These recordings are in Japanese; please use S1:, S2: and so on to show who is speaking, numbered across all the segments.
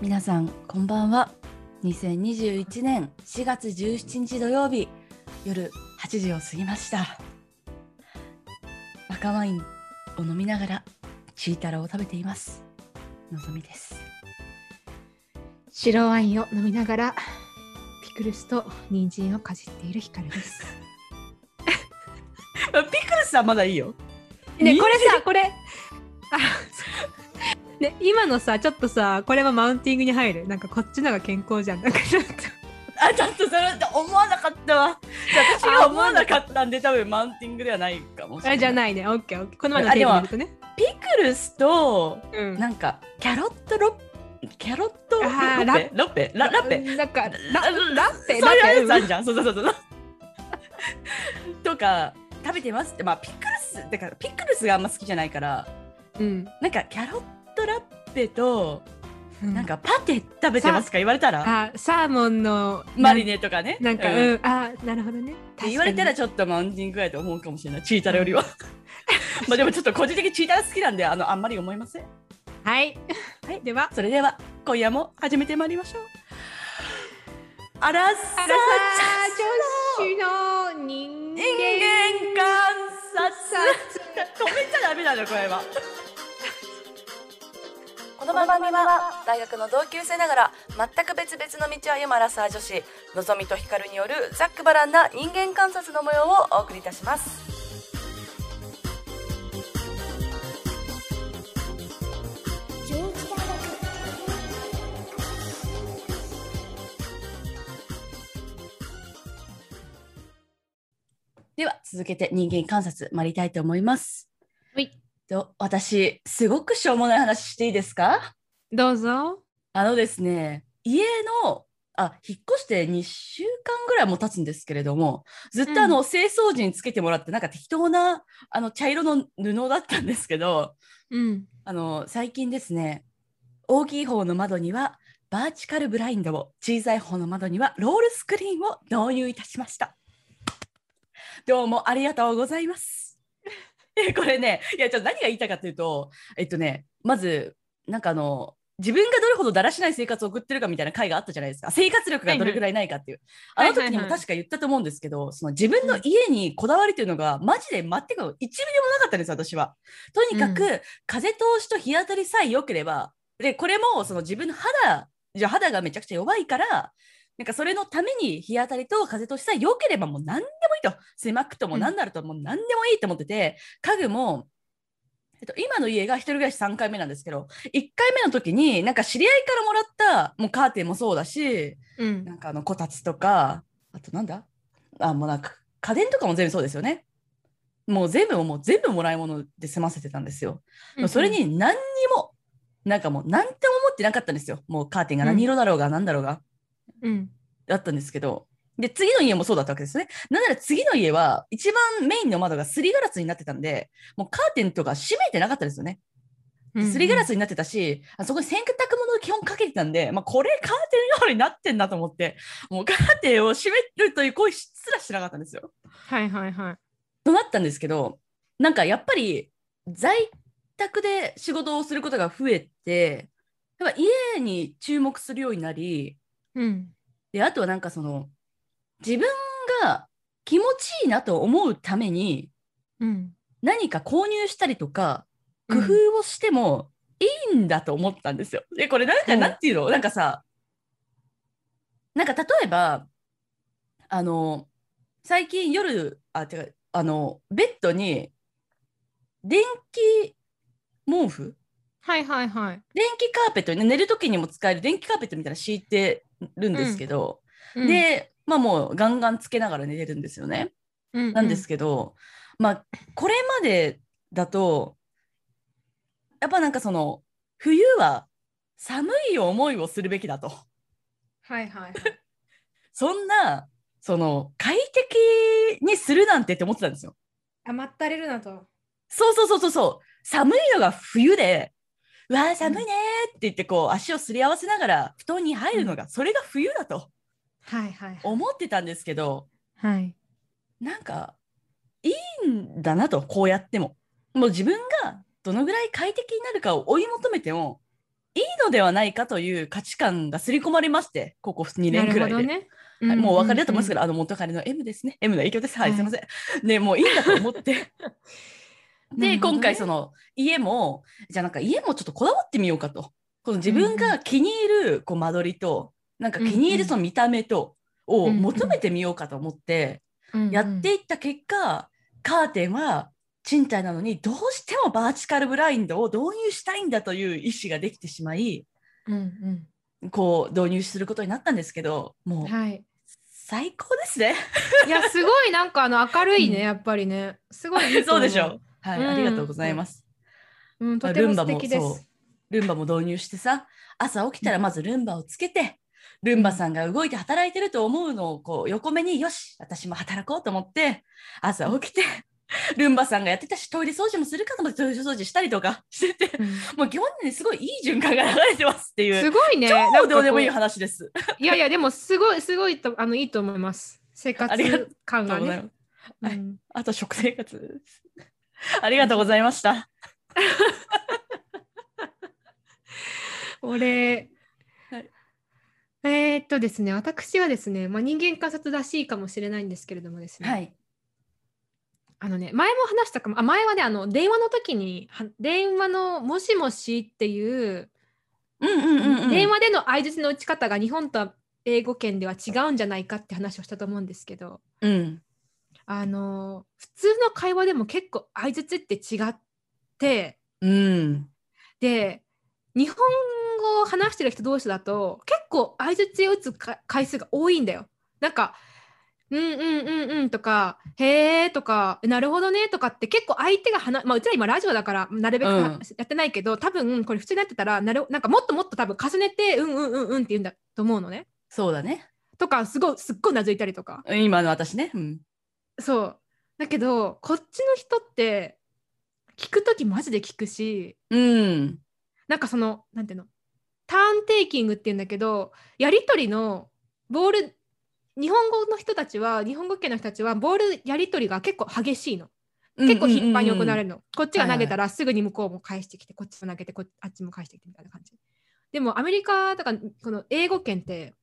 S1: 皆さんこんばんは2021年4月17日土曜日夜8時を過ぎました赤ワインを飲みながらチータラを食べていますのぞみです
S2: 白ワインを飲みながらピクルスと人参をかじっているヒカルです。
S1: ピクルスはまだいいよ
S2: ねこれさこれあね今のさちょっとさこれはマウンティングに入るなんかこっちのが健康じゃんなんかちょっと
S1: あちょっとそれ思わなかったわ私が思わなかったんで多分マウンティングではないかもしれ
S2: あ
S1: な
S2: れ
S1: い
S2: じゃ
S1: い
S2: ないねオッケーオッケーこの前のテレビ見るとね。
S1: ピクルスと
S2: うん
S1: なんかキャロットロッキャロットロ
S2: あー
S1: ッペロッペララッペ
S2: なんかラ
S1: ラ
S2: ラッペ
S1: そうい
S2: ラ
S1: うや
S2: ッ
S1: つあ
S2: ペ
S1: るじゃん。そうそうそう そう。とか食べてますってまあピクルスだからピクルスがあんま好きじゃないから
S2: うん
S1: なんかキャロットラッペと、
S2: うん
S1: なんかパテ食べてますか言われたら
S2: あサーモンの
S1: マリネとかね
S2: なんか
S1: う
S2: うん
S1: っ
S2: んあなるほどね
S1: て言われたらちょっとマウンティングぐらいと思うかもしれないチータラより はまあでもちょっと個人的にチータラ好きなんであのあんまり思いません
S2: はい
S1: はい
S2: では
S1: それでは今夜も始めてまいりましょうアラサー
S2: アラサー女子の人間
S1: 人間 観察止めちゃダメなのこれはこの番組は大学の同級生ながら全く別々の道を歩むアラサー女子のぞみとひかるによるざっくばらんな人間観察の模様をお送りいたしますでは続けて人間観察参りたいと思います
S2: はい
S1: と私すごくしょうもない話していいですか
S2: どうぞ
S1: あのですね家のあ引っ越して2週間ぐらいも経つんですけれどもずっとあの、清掃時につけてもらってなんか適当なあの茶色の布だったんですけど
S2: うん
S1: あの最近ですね大きい方の窓にはバーチカルブラインドを小さい方の窓にはロールスクリーンを導入いたしましたどうもありがとうございます えこれねいやちょっと何が言いたいかというとえっとねまずなんかあの自分がどれほどだらしない生活を送ってるかみたいな回があったじゃないですか生活力がどれぐらいないかっていう、
S2: はいはい
S1: あの時にも
S2: はいはい
S1: 確か言ったと思うんですけど、その自分の家にこだわりというのがマジで全く1ミリもなかったんです私はとにかく、
S2: う
S1: 風通しと日当たりさえ良ければでこれもその自分の肌じゃあ肌がめちゃくちゃ弱いからなんかそれのために日当たりと風通しさえ良ければもう何でもいいと狭くとも
S2: うん
S1: 何なるともう何でもいいと思ってて、家具も、えっと、今の家が一人暮らし3回目なんですけど1回目の時になんか知り合いからもらったもうカーテンもそうだし
S2: うん
S1: なんかあのこたつとかあとなんだあもうなんか家電とかも全部そうですよねもう全部もう全部もらい物で済ませてたんですよでもそれ、に何にも、なんかもう何とも思ってなかったんですよ。もうカーテンが何色だろうが何だろうが、
S2: うん
S1: だったんですけど。で、次の家もそうだったわけですね。なんなら次の家は、一番メインの窓がすりガラスになってたんで、もうカーテンとか閉めてなかったですよね。すりガラスになってたし、あそこに洗濯物を基本かけてたんで、まあ、これカーテン代わりになってんなと思って、もうカーテンを閉めるという行為すらしなかったんですよ。
S2: はいはいはい
S1: となったんですけどなんかやっぱり在宅で仕事をすることが増えてやっぱ家に注目するようになり
S2: うん
S1: であとはなんかその自分が気持ちいいなと思うために
S2: うん
S1: 何か購入したりとか
S2: う
S1: 工
S2: ん
S1: 夫をしてもいいんだと思ったんですよ。でこれなんか
S2: うん
S1: なんていうの、なんかさなんか例えばあの最近夜あ違うあのベッドに電気毛布
S2: はいはいはい
S1: 電気カーペットに寝る時にも使える電気カーペットみたいなの敷いてるんですけど、
S2: うん
S1: でまあもうガンガンつけながら寝てるんですよね。
S2: うん
S1: なんですけど、まあこれまでだとやっぱなんかその冬は寒い思いをするべきだと
S2: はいはいはい
S1: そんなその快適にするなんてって思ってたんですよ。
S2: 余ったれるなと
S1: そうそうそうそうそう寒いのが冬でうわー寒いねーって言ってこう足をすり合わせながら布団に入るのがそれが冬だと
S2: はいはい
S1: 思ってたんですけど
S2: はい
S1: なんかいいんだなとこうやってももう自分がどのぐらい快適になるかを追い求めてもいいのではないかという価値観が刷り込まれまして、ここ2
S2: な
S1: 年く
S2: る
S1: ら
S2: ほ
S1: いで。
S2: どね。
S1: はいもうお分かりだと思うん
S2: ん
S1: ですけど、あの元彼の M ですね。M の影響です。はい、
S2: はい
S1: すいません。ね、もういいんだと思 って。で、
S2: なるほどね
S1: 今回その家も、じゃあなんか家もちょっとこだわってみようかと。この自分
S2: うん
S1: が気に入るこう間取りと、なんか気に入るその見た目と、を求めてみようかと思って、
S2: うんうん
S1: やっていった結果、カーテンは賃貸なのにどうしてもバーチカルブラインドを導入したいんだという意思ができてしまい、
S2: うんうん
S1: こう導入することになったんですけど、もう
S2: はい。
S1: 最高です ね。
S2: いやすごいなんかあの明るいね、
S1: うん
S2: やっぱりね。すごいいいと
S1: そう
S2: 思
S1: でしょ。はい、
S2: うん
S1: ありがとうございます。
S2: う。うんと
S1: まあ
S2: て
S1: ル
S2: も
S1: ンバ
S2: 素
S1: も
S2: 敵で
S1: そう
S2: す。
S1: ルンバも導入してさ、朝起きたらまずルンバをつけて、ルンバさんが動いて働いてると思うのをこう横目によし、私も働こうと思って、朝起きて、ルンバさんがやってたし、トイレ掃除もするかと思ってトイレ掃除したりとかしてて、
S2: うん
S1: もう基本的にすごいいい循環が流れてますっていう、
S2: すごいね。なんか
S1: も
S2: こ
S1: うどうでもいい話です。
S2: いやいやでもすごいすごいとあのいいと思います。生
S1: ありがと
S2: 活感がね。
S1: ござい
S2: うん
S1: あと食生活です。ありがとうございました。
S2: 俺、
S1: はい
S2: えーっとですね私はですね、まあ、人間観察らしいかもしれないんですけれどもですね、
S1: はい。
S2: あのね前も話したかもあ前はねあの電話の時には電話の「もしもし」っていう、
S1: うんうんうん、うん。
S2: 電話での相槌の打ち方が日本と英語圏では違うんじゃないかって話をしたと思うんですけど
S1: うん。
S2: あの普通の会話でも結構相槌って違って
S1: うん。
S2: で日本語を話してる人同士だと結構相槌を打つか回数が多いんだよ。なんか「うんうんうんうん」とか「へえ」とか「なるほどね」とかって結構相手が話、まあ、うちら今ラジオだからなるべくは、
S1: うん
S2: やってないけど多分これ普通になってたらなるなんかもっともっと多分重ねて「うんうんうんうん」って言うんだと思うのね。
S1: そうだね。
S2: とかすごいすっごいなずいたりとか。
S1: 今の私ね。うん。
S2: そうだけどこっちの人って聞く時マジで聞くし
S1: うん。
S2: なんかそのなんていうのターンテイキングっていうんだけどやり取りのボール日本語の人たちは日本語圏の人たちはボールやり取りが結構激しいの結構頻繁に行われ
S1: る。
S2: るの、こっちが投げたらすぐに向こうも返してきてこっちも投げてこっあっちも返してきてみたいな感じでもアメリカとかこの英語圏って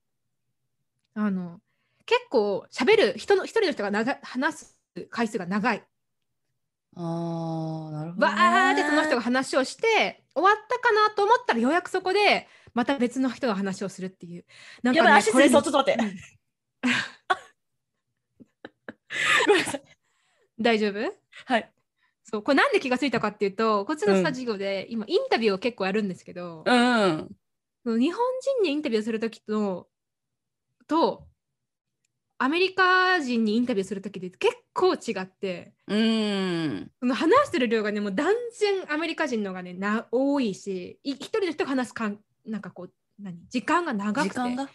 S2: あの結構喋る人の一人の人が長話す回数が長い
S1: ああ、なるほど、
S2: わーってその人が。話をして終わったかなと思ったらようやくそこでまた別の人が話をするっていうなん
S1: やばい、足つ
S2: これ
S1: りそう、ちょっと待って。ごめんなさい。
S2: 大丈夫
S1: はい。
S2: そうこれなんで気がついたかっていうとこっちの
S1: うん
S2: スタジオで今インタビューを結構やるんですけど、
S1: うん。
S2: 日本人にインタビューする時ととアメリカ人にインタビューする時で結構違って
S1: うん。
S2: その話してる量がねもう断然アメリカ人の方がねな多いしい一人の人が話すかんなんかこう何時間が長くて
S1: 時間が。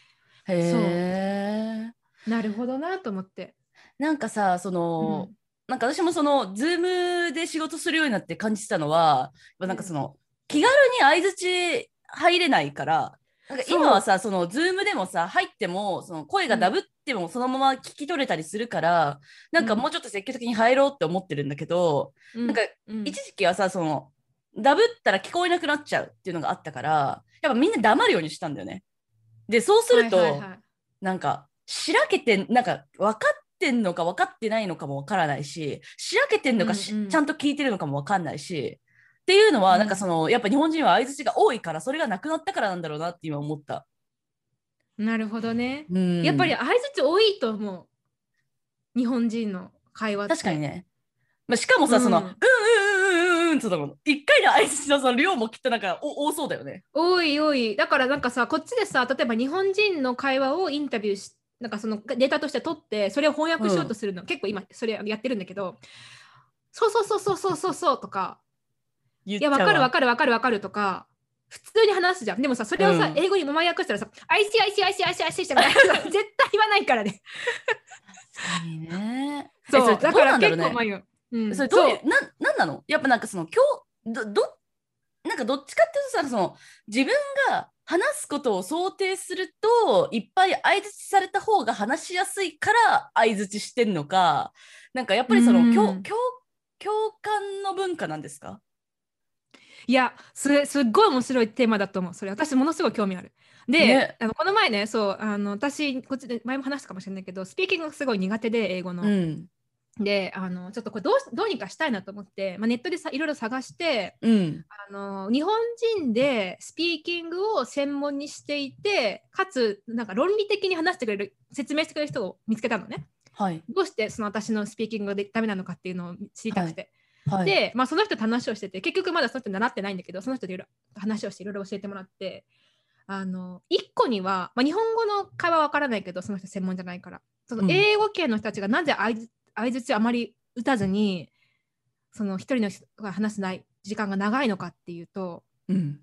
S1: へえ。
S2: なるほどなと思って。
S1: なんかさ、その、なんか私もその、ズームで仕事するようになって感じてたのは、なんかその、気軽に相づち入れないから、なんか今はさ、その、ズームでもさ、入っても、その声がダブってもそのまま聞き取れたりするから、なんかもうちょっと積極的に入ろうって思ってるんだけど、
S2: うん
S1: なんか
S2: うん
S1: 一時期はさそのダブったら聞こえなくなっちゃうっていうのがあったからやっぱみんな黙るようにしたんだよね。でそうすると、
S2: はいはいはい
S1: なんかしらけてなんか分かってんのか分かってないのかも分からないししらけてんのかし、
S2: うんうん
S1: ちゃんと聞いてるのかも分かんないしっていうのは、
S2: うん
S1: なんかそのやっぱ日本人は相づちが多いからそれがなくなったからなんだろうなって今思った。
S2: なるほどね。
S1: うん
S2: やっぱり相づち多いと思う。日本人の会話って
S1: 確かに。ね。まあ、しかもさ、
S2: うん
S1: その、うんうんうんうんうんってのも、一回の相づちのその量もきっとなんかお多そうだよね。
S2: 多い多い。だからなんかさ、こっちでさ、例えば日本人の会話をインタビューし、なんかそのデータとして取って、それを翻訳しようとするの、結構今それやってるんだけど、そうそうそうそうそうそうそうとか、
S1: 言っ
S2: い
S1: ちゃ
S2: や、
S1: うわ
S2: わかるわかるわかるわかるとか、普通に話すじゃん。でもさ、それをさ、
S1: うん
S2: 英語にまま訳したらさ、アイシアイシアイシアイシアイシして もらう絶対言わないからね。
S1: 確かにね。
S2: そう、
S1: えそれ
S2: だか
S1: どうな
S2: ら結
S1: んだろ
S2: 構
S1: うね
S2: 迷う。うん
S1: それどういう、なん、なんなのやっぱなんかその、今日、ど、ど、なんかどっちかっていうとさ、その、自分が話すことを想定すると、いっぱい相づちされた方が話しやすいから相づちしてんのか、なんかやっぱりその、
S2: うん
S1: 共、共、共感の文化なんですか
S2: いやそれすっごい面白いテーマだと思うそれ私ものすごい興味あるで、
S1: ね
S2: あのこの前ねそうあの私こっちで前も話したかもしれないけどスピーキングがすごい苦手で英語の、
S1: うん
S2: であのちょっとこれどうしどうにかしたいなと思って、まあ、ネットでさいろいろ探して
S1: うん
S2: あの日本人でスピーキングを専門にしていてかつなんか論理的に話してくれる説明してくれる人を見つけたのね
S1: はい
S2: どうしてその私のスピーキングがでダメなのかっていうのを知りたくて、
S1: はい
S2: で、まあ、その人と話をしてて結局まだその人習ってないんだけどその人といろいろ話をしていろいろ教えてもらってあの一個には、まあ、日本語の会話はわからないけどその人専門じゃないからその
S1: うん
S2: 英語圏の人たちがなぜ相づ相づちをあまり打たずにその一人の人が話せない時間が長いのかっていうと
S1: うん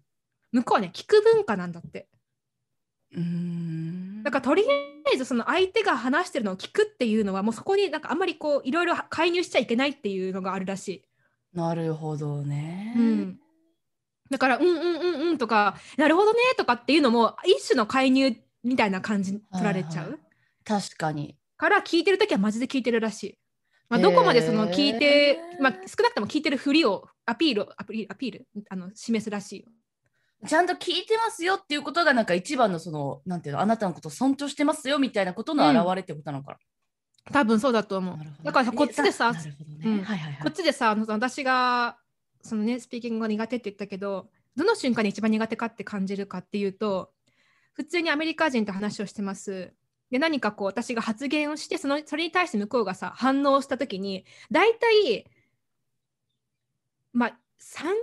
S2: 向こうはね聞く文化なんだって
S1: うーん
S2: だからとりあえずその相手が話してるのを聞くっていうのはもうそこになんかあんまりこういろいろ介入しちゃいけないっていうのがあるらしい。
S1: なるほどね、
S2: うん、だから「うんうんうんうん」とか「なるほどね」とかっていうのも一種の介入みたいな感じに取られちゃ
S1: はいは
S2: う
S1: 確かに
S2: から聞いてる時はマジで聞いてるらしい。まあ、
S1: へー
S2: どこまでその聞いて、まあ、少なくとも聞いてるふりをアピールをアピアピールあの示すらしいよ。
S1: ちゃんと聞いてますよっていうことがなんか一番のそのなんていうのあなたのことを尊重してますよみたいなことの
S2: うん
S1: 表れってことなのか
S2: 多分そうだと思
S1: な、
S2: う
S1: な。るほど
S2: だからこっちでさ
S1: なるほどね、
S2: うん
S1: はいはいは
S2: こっ
S1: い
S2: ちでさあの私がそのねスピーキングが苦手って言ったけどどの瞬間に一番苦手かって感じるかっていうと普通にアメリカ人と話をしてますで何かこう私が発言をしてそのそれに対して向こうがさ反応した時に大体まあ30秒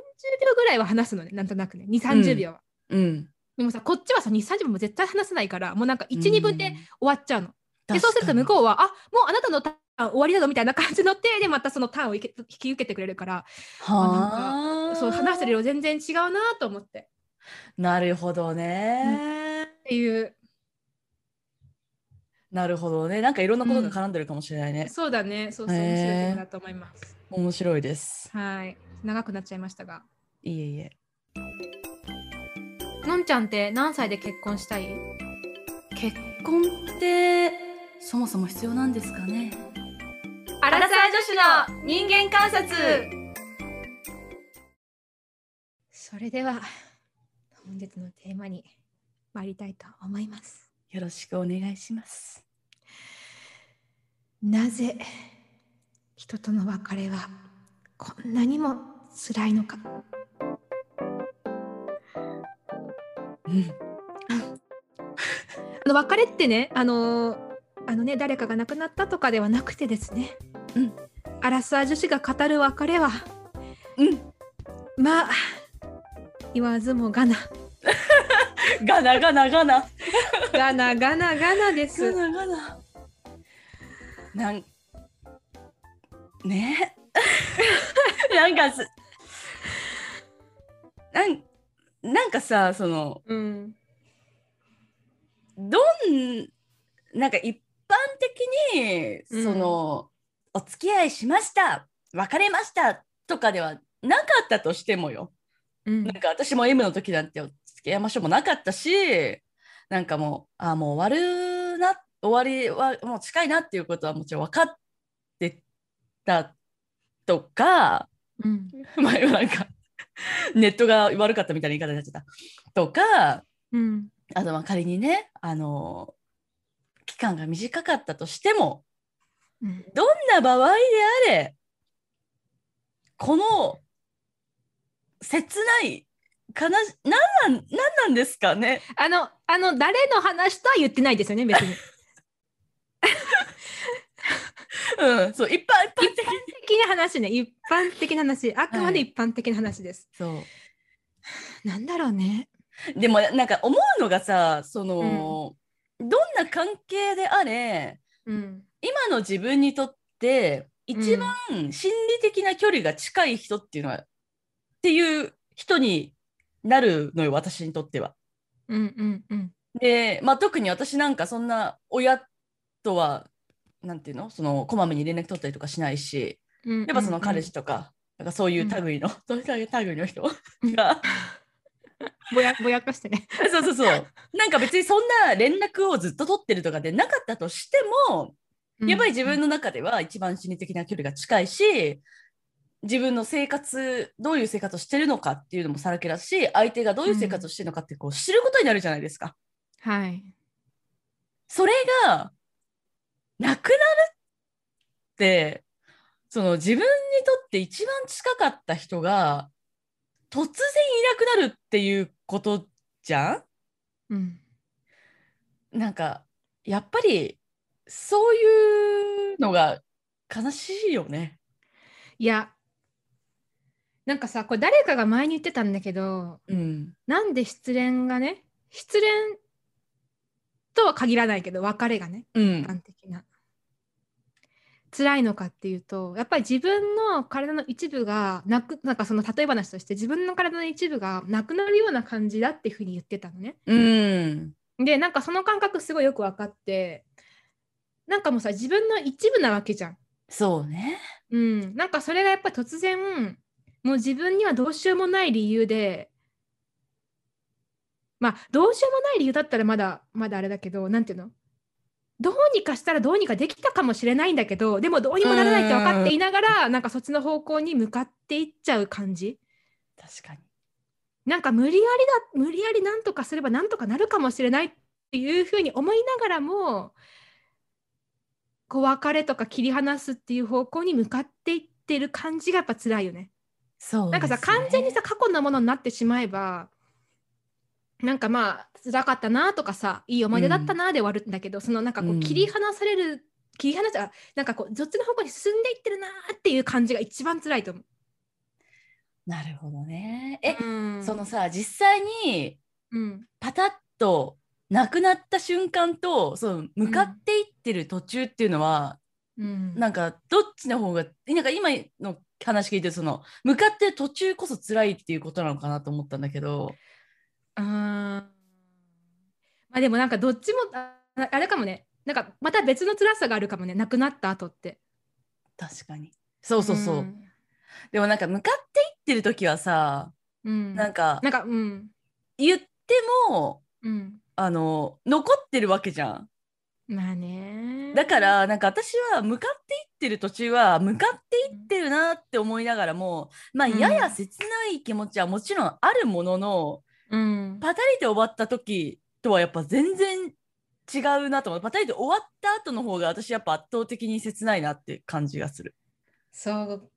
S2: ぐらいは話すのねなんとなくね2 3 0秒は、
S1: うん
S2: でもさこっちはさ2 3 0秒も絶対話せないからもうなんか12、2分で終わっちゃうの
S1: うん
S2: でそうすると向
S1: 確か
S2: こうはあもうあなたのターン終わりだぞみたいな感じの手でまたそのターンをいけ引き受けてくれるから
S1: に
S2: あ
S1: はあ
S2: そう話してるよ全然違うなと思って
S1: なるほどね、
S2: っていう
S1: なるほどねなんかいろんなことが絡んでるかもしれないね、
S2: そうだねそうそう
S1: へー
S2: 面白いとこだと思います、
S1: 面白いです
S2: はい長くなっちゃいましたが
S1: いえいえ
S2: のんちゃんって何歳で結婚したい
S1: 結婚ってそもそも必要なんですかね
S2: ア
S3: アラサー女子の人間観察
S2: それでは本日のテーマに参りたいと思います
S1: よろしくお願いします
S2: なぜ人との別れはこんなにも辛いのか
S1: うん
S2: あの別れってね、あのーあのね誰かが亡くなったとかではなくてですね、
S1: うん、
S2: アラサー女子が語る別れは
S1: うん
S2: まあ言わずもがな
S1: ガナガナガナ
S2: がながながなで
S1: ガ
S2: す。
S1: ナガナなんね なんかすなんなんかさその
S2: うん
S1: どんなんか一般的に、
S2: うん
S1: そのお付き合いしました別れましたとかではなかったとしてもよ
S2: うん
S1: なんか私も M の時なんてお付き合いましょうもなかったしなんかもうあもう終わるな終わりはもう近いなっていうことはもちろん分かってたとか
S2: うん
S1: 前はなんかネットが悪かったみたいな言い方になっちゃったとか
S2: うん
S1: あとまあ仮にねあの期間が短かったとしても
S2: うん
S1: どんな場合であれこの切ない悲しなんなんなんなんですかね
S2: あのあの誰の話とは言ってないですよね別 に。
S1: うんそう一般一般的
S2: 一般的な話ね一般的な話あくまで一般的な話です。
S1: そ
S2: なんだろうね。
S1: うでもなんか思うのがさその、どんな関係であれ
S2: うん、
S1: 今の自分にとって一番心理的な距離が近い人っていうのは、っていう人になるのよ私にとっては。
S2: うんうんうん
S1: で、まあ、特に私なんかそんな親とはなんていうのそのこまめに連絡取ったりとかしないし
S2: うん。
S1: やっぱその彼氏とか,、なんかそういう類の、 そういう類の人が
S2: ぼやぼやっとしてね。
S1: そうそうそうなんか別にそんな連絡をずっと取ってるとかでなかったとしてもやっぱり自分の中では一番心理的な距離が近いし、自分の生活どういう生活をしてるのかっていうのもさらけ出すし相手がどういう生活をしてるのかってこう知ることになるじゃないですか。
S2: はい。
S1: それがなくなるってその自分にとって一番近かった人が突然いなくなるっていうことじゃん
S2: うん。
S1: なんかやっぱりそういうのが悲しいよね。
S2: いや、なんかさ、これ誰かが前に言ってたんだけど、
S1: うん、
S2: なんで失恋がね、失恋とは限らないけど、別れがね、
S1: う
S2: 一
S1: ん、
S2: 般的な。辛いのかっていうと、やっぱり自分の体の一部がなく、なんかその例え話として、自分の体の一部がなくなるような感じだっていうふうに言ってたのね。
S1: うん、
S2: で、なんかその感覚すごいよく分かって、なんかもうさ、自分の一部なわけじゃん。
S1: そうね。
S2: うん、なんかそれがやっぱり突然もう自分にはどうしようもない理由でまあどうしようもない理由だったらまだまだあれだけどなんていうのどうにかしたらどうにかできたかもしれないんだけどでもどうにもならないって分かっていながらなんかそっちの方向に向かっていっちゃう感じ
S1: 確かに。
S2: なんか無理やりだ無理やりなんとかすればなんとかなるかもしれないっていうふうに思いながらもこう別れとか切り離すっていう方向に向かっていってる感じがやっぱ辛いよね。
S1: そう
S2: なんかさ、
S1: ですね
S2: 完全にさ過去のものになってしまえばなんかまあ辛かったなとかさいい思い出だったなで終わるんだけど、そのなんかこ
S1: う
S2: うん切り離される、切り離さなんかこうどっちの方向に進んでいってるなっていう感じが一番辛いと思う。
S1: なるほどね。え、
S2: うん
S1: そのさ実際に
S2: うん
S1: パタッとなくなった瞬間とその向かっていってる途中っていうのは、
S2: うん、
S1: なんかどっちの方がなんか今の話聞いてその向かってる途中こそ辛いっていうことなのかなと思ったんだけど
S2: あーまあでもなんかどっちもああれかもねなんかまた別の辛さがあるかもねなくなった後って
S1: 確かにそうそうそう、
S2: ん
S1: でもなんか向かっていってる時はさ、
S2: うん、
S1: なんか
S2: なんかうん
S1: 言っても
S2: うん
S1: あの残ってるわけじゃん
S2: まあね
S1: だからなんか私は向かっていってる途中は向かっていってるなって思いながらもまあ
S2: うん
S1: やや切ない気持ちはもちろんあるものの
S2: うん
S1: パタリで終わった時とはやっぱ全然違うなと思うパタリで終わった後の方が私やっぱ圧倒的に切ないなって感じがする。
S2: そう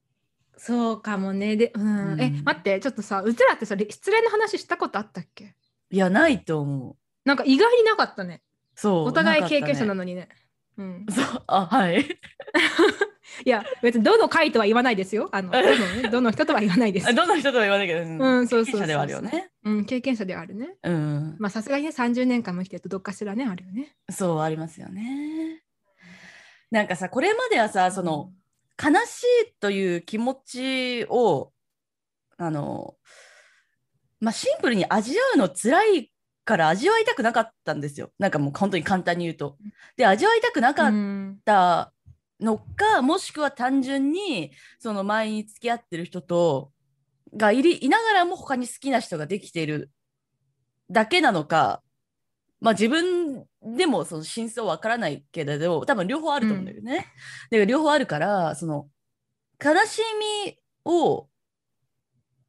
S2: そうかもねでうん、
S1: うん
S2: え待ってちょっとさうちらってされ失恋の話したことあったっけ
S1: いやないと思う。
S2: なんか意外になかったね
S1: そう
S2: お互い経験者な
S1: の。
S2: のにねうん、
S1: そうあはい。
S2: いや別にどの回とは言わないですよあ のどの,、ね、どの人とは言わないです
S1: あどんな人とは言わないけど、うん
S2: うんそう
S1: 経
S2: そ
S1: 験
S2: うそう
S1: 者ではあるよね。
S2: うん、経験者ではあるね。
S1: うん、
S2: まあさすがにね30年間も生きてるとどっかしらねあるよね。
S1: そうありますよね。なんかさこれまではさその、悲しいという気持ちをあの、まあ、シンプルに味わうの辛いから味わいたくなかったんですよなんかもう本当に簡単に言うと。で味わいたくな
S2: う
S1: かっ
S2: ん
S1: たのか、もしくは単純にその前に付き合ってる人とがいりいながらも他に好きな人ができているだけなのか。まあ自分でもその真相わからないけれど多分両方あると思うんだよね。だから両方あるからその悲しみを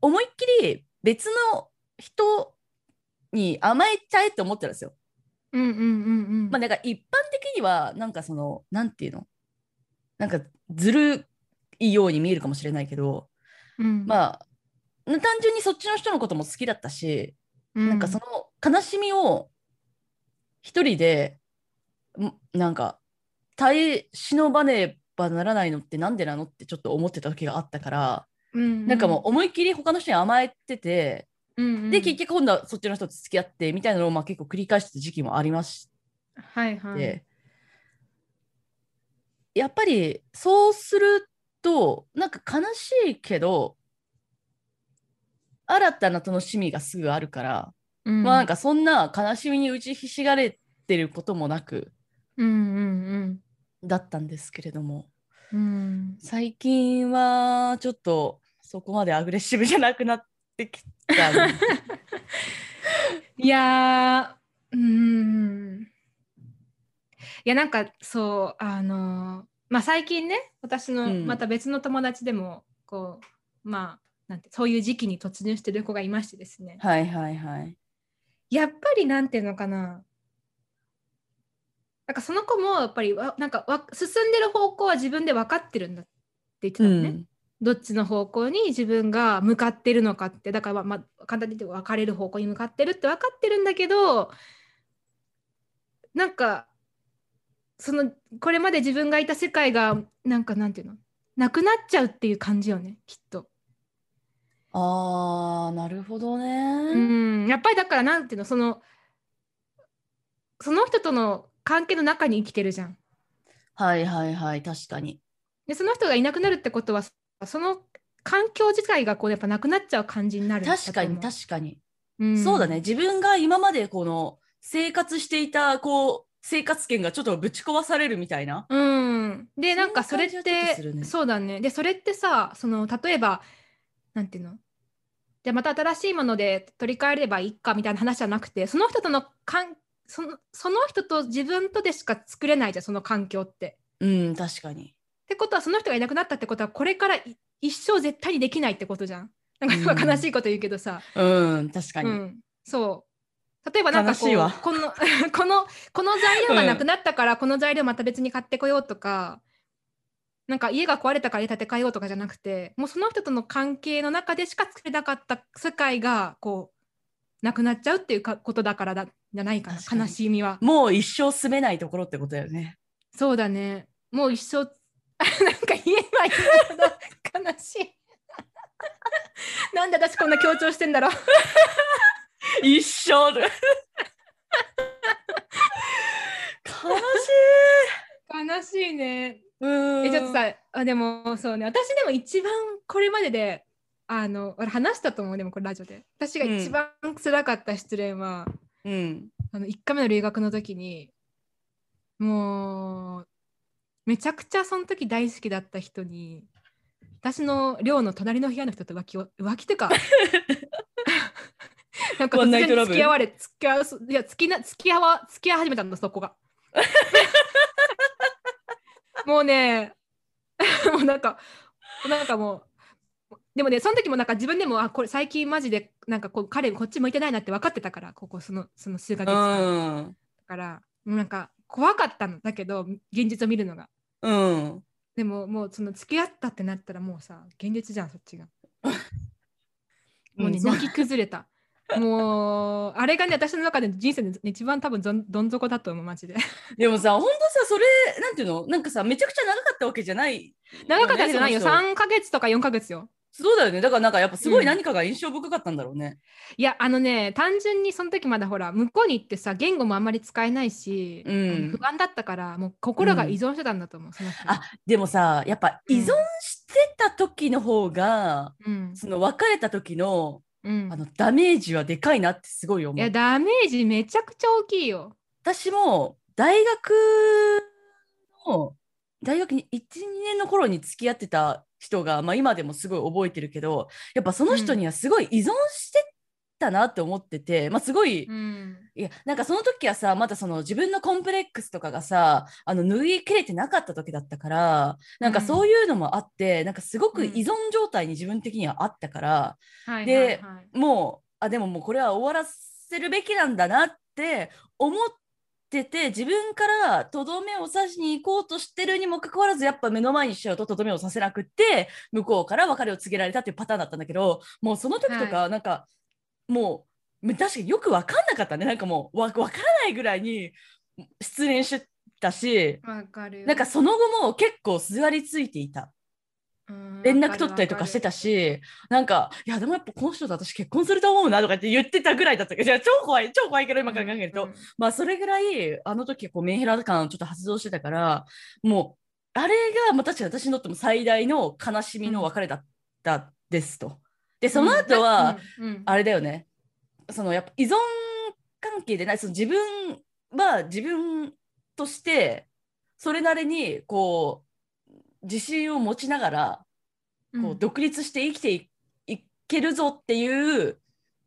S1: 思いっきり別の人に甘えちゃえって思ってるんですよ。
S2: うんうんうんうん。
S1: まあ、なんか一般的にはなんかそのなんていうのなんかずるいように見えるかもしれないけど、
S2: うん、あ、
S1: まあ単純にそっちの人のことも好きだったし
S2: な
S1: なんかその悲しみを一人でんなんか耐え忍ばねばならないのってなんでなのってちょっと思ってた時があったから、
S2: の
S1: なんかもう思いっきり他の人に甘えてて、
S2: うん、うんうん、
S1: で結局今度はそっちの人と付き合ってみたいなのをまあ結構繰り返してた時期もありまし
S2: はいはい。
S1: て、やっぱりそうするとなんか悲しいけど新たな楽しみがすぐあるから。
S2: うん、
S1: まあなんかそんな悲しみに打ちひしがれてることもなく
S2: うんうん
S1: だったんですけれども
S2: うんうん。
S1: 最近はちょっとそこまでアグレッシブじゃなくなってきた んで
S2: いやーうーん。いやなんかそうあのーまあ最近ね私の
S1: うん
S2: また別の友達でも、こうまあなんてそういう時期に突入してる子がいましてですね
S1: はいはいはい。
S2: やっぱりなんていうのかななんかその子もやっぱりわなんかわ進んでる方向は自分で分かってるんだって言ってた
S1: う
S2: のね、
S1: ん。
S2: どっちの方向に自分が向かってるのかってだからまあ、まあ、簡単に言って分かれる方向に向かってるって分かってるんだけどなんかそのこれまで自分がいた世界がなんかなんていうのなくなっちゃうっていう感じよねきっと。
S1: ああ、なるほどね。
S2: うんやっぱりだからなんていうのそのその人との関係の中に生きてるじゃん。
S1: はいはいはい、確かに。
S2: でその人がいなくなるってことはその環境自体がこうやっぱなくなっちゃう感じになるんだと
S1: 確かに
S2: 思う
S1: 確かに。
S2: うん
S1: そうだね。自分が今までこの生活していた、こう、生活圏がちょっとぶち壊されるみたいな。
S2: うん、で
S1: そ
S2: な
S1: うん
S2: かそれ
S1: い
S2: っ
S1: う感じはちょっとす
S2: て
S1: るね
S2: そうだねでそれってさその例えばなんていうのでまた新しいもので取り替えればいいかみたいな話じゃなくてその人とのかんそのその人と自分とでしか作れないじゃんその環境って。
S1: うん、確かに。
S2: ってことはその人がいなくなったってことはこれからい一生絶対にできないってことじゃん。なんか
S1: うん
S2: 悲しいこと言うけどさ、
S1: うん、確か
S2: う
S1: に。
S2: ん、そう例えばなんかこ
S1: 悲しいうわ
S2: この このこの材料がなくなったから、この材料また別に買ってこようとかなんか家が壊れたから家建て替えようとかじゃなくてもうその人との関係の中でしか作れなかった世界がこうなくなっちゃうっていうかことだからだじゃないかな
S1: 確かに
S2: 悲しみは。
S1: もう一生住めないところってことだよね。
S2: そうだねもう一生 なんか言えばいいんだけど悲しい。 なんで私こんな強調してんだろう
S1: 一生で悲しい。
S2: 悲しいね。
S1: うん。
S2: えちょっとさあでもそうね私でも一番これまでであの俺話したと思うでもこれラジオで私が一番辛かった失恋は、
S1: うん。
S2: あの1回目の留学の時にもうめちゃくちゃその時大好きだった人に私の寮の隣の部屋の人と浮気を浮気ってい うかなんか
S1: ワン
S2: 突
S1: ナイ
S2: 然
S1: トラブ
S2: 付き合われ付き合わいや付きな付き合わ付き合い始めたんだ そこがもうねもうなんかなんかもうでもねその時もなんか自分でもあこれ最近マジでなんかこう彼こっち向いてないなって分かってたからここそのその数ヶ月間だ
S1: うん。
S2: から、もうなんか怖かったんだけど現実を見るのが
S1: うん。
S2: でももうその付き合ったってなったらもうさ現実じゃんそっ ちがもうね、
S1: うん
S2: 泣き崩れたもうあれがね私の中で人生でね一番多分どんどん底だと思う マジで
S1: でもさ、ほんとさ、それ、なんていうのなんかさ、めちゃくちゃ長かったわけじゃない。
S2: 長かったわけじゃないよ
S1: その人
S2: 3ヶ月とか4ヶ月よ
S1: そうだよね。だからなんかやっぱすご
S2: う
S1: い
S2: ん
S1: 何かが印象深かったんだろうね。
S2: いやあのね単純にその時まだほら向こうに行ってさ言語もあんまり使えないし、
S1: うん
S2: あの不安だったからもう心が依存してたんだと思う、その人に
S1: あでもさ、やっぱ依存してた時の方が、
S2: うん
S1: その別れた時の
S2: うん
S1: あのダメージはでかいなってすごい
S2: い
S1: 思
S2: や
S1: う。
S2: ダメージめちゃくちゃ大きいよ。
S1: 私も大学の大学に1、2年の頃に付き合ってた人が、まあ、今でもすごい覚えてるけど、やっぱその人にはすごい依存してたなって思ってて、まあすごい、
S2: うん
S1: いやなんかその時はさまだその自分のコンプレックスとかがさあの縫い切れてなかった時だったからなんかそういうのもあって、なんかすごく依存状態に自分的にはあったから、
S2: はいはいはい
S1: で、もうあでももうこれは終わらせるべきなんだなって思ってて自分からとどめを刺しに行こうとしてるにもかかわらずやっぱ目の前にしちゃうととどめを刺せなくって向こうから別れを告げられたっていうパターンだったんだけどもうその時とかなんか、もう確かによく分かんなかったねなんかもうわ分からないぐらいに失恋してたし
S2: わかるよ
S1: なんかその後も結構座りついていた。
S2: うん
S1: 連絡取ったりとかして
S2: わ
S1: たし、なんか、いや、でもやっぱこの人と私結婚すると思うなとかって言ってたぐらいだったけど、いや超怖い、超怖いけど、今
S2: か
S1: か
S2: る
S1: ら考えると、
S2: うんうん
S1: まあ、それぐらい、あの時、こう、メンヘラ感をちょっと発動してたから、もう、あれが、まあ、確かに私にとっても最大の悲しみの別れだったですと。で、その後は、
S2: うんうん
S1: あれだよね。そのやっぱ依存関係でない、その自分は自分として、それなりにこう、自信を持ちながら、こ
S2: う
S1: うん独立して生きてい,、けるぞっていう、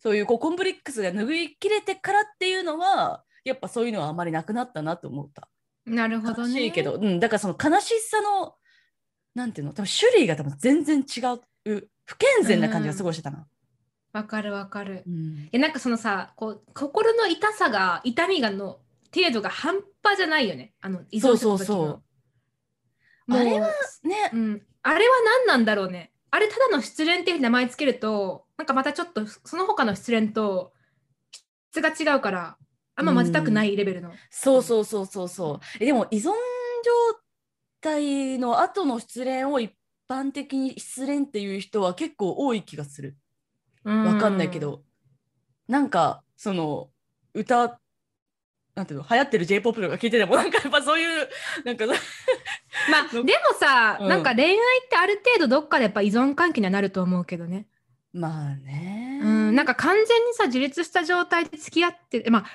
S1: そういうこうコンプレックスが拭いきれてからっていうのは、やっぱそういうのはあまりなくなったなと思った。
S2: なるほど
S1: 悲
S2: ね
S1: しいけど、うん、だからその悲しさの、なんていうの、多分種類が多分全然違ういう不健全な感じがすごいしてたな。
S2: わかるわかる
S1: う。ん
S2: えなんかそのさこう心の痛さが痛みがの程度が半端じゃないよねあの依存症の時の
S1: そうそう
S2: もう
S1: あれはね、
S2: うん、あれは何なんだろうねあれただの失恋っていう名前つけるとなんかまたちょっとその他の失恋と質が違うからあんま混ぜたくないレベルの、
S1: そうそうそうそうそう。えでも依存状態の後の失恋を一般的に失恋っていう人は結構多い気がする。わかんないけど、なんかその歌なんていうの流行ってる j p o p とか聞いててもなんかやっぱそういう なんか
S2: まあでもさ、
S1: うん
S2: なんか恋愛ってある程度どっかでやっぱ依存関係にはなると思うけどね、
S1: まあね、
S2: うん、なんか完全にさ自立した状態で付き合ってまあ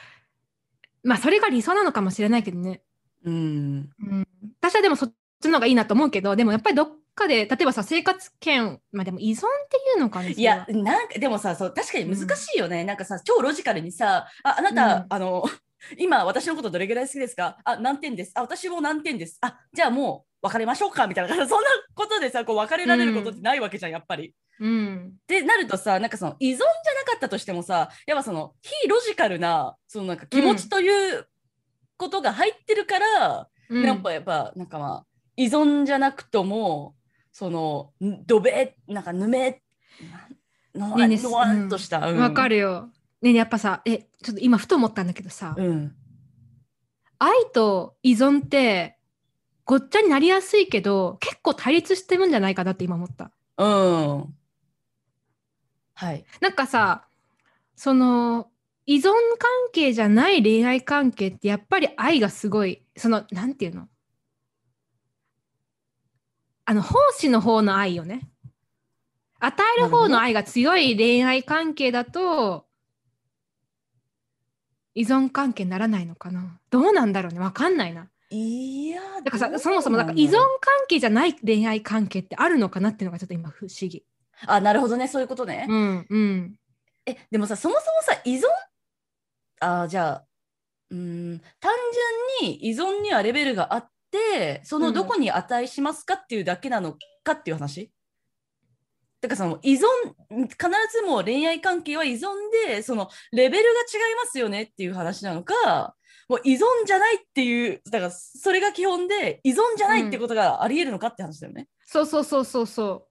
S2: まあそれが理想なのかもしれないけどね
S1: うん
S2: うん、私はでもそっちの方がいいなと思うけどでもやっぱりどっかで例えばさ生活圏まあでも依存っていうのかねそ
S1: い
S2: れ
S1: や
S2: は
S1: なんかでもさそう確かに難しいよね、なんかさ超ロジカルにさああなた、
S2: うん
S1: あの 今私のことどれぐらい好きですかあ何点ですあ私も何点ですあじゃあもう別れましょうかみたいな そんなことでさこう別れられることってないわけじゃん、やっぱり。
S2: うん
S1: ってなるとさなんかその依存じゃなかったとしてもさやっぱその非ロジカルなそのなんか気持ちということが入ってるから、
S2: うん
S1: やっぱやっぱなんかまあ依存じゃなくともそのんどべなんかぬめなんのわ、
S2: ねね
S1: のわんとした、うん
S2: わかるよねやっぱさえちょっと今ふと思ったんだけどさ、
S1: うん
S2: 愛と依存ってごっちゃになりやすいけど結構対立してるんじゃないかなって今思った
S1: うんはい
S2: なんかさその依存関係じゃない恋愛関係ってやっぱり愛がすごいそのなんていうのあの奉仕の方の愛よね与える方の愛が強い恋愛関係だと依存関係にならないのかなどうなんだろうねわかんないない
S1: や
S2: だからさそもそもなんか依存関係じゃない恋愛関係ってあるのかなっていうのがちょっと今不思議
S1: あなるほどねそういうことね、
S2: うんうん
S1: えでもさそもそもさ依存あーじゃあうーん単純に依存にはレベルがあってそのどこに値しますかっていうだけなのかっていう話、だからその依存必ずもう恋愛関係は依存でそのレベルが違いますよねっていう話なのかもう依存じゃないっていうだからそれが基本で依存じゃないってことがありえるのかって話だよね。
S2: そうそうそうそうそ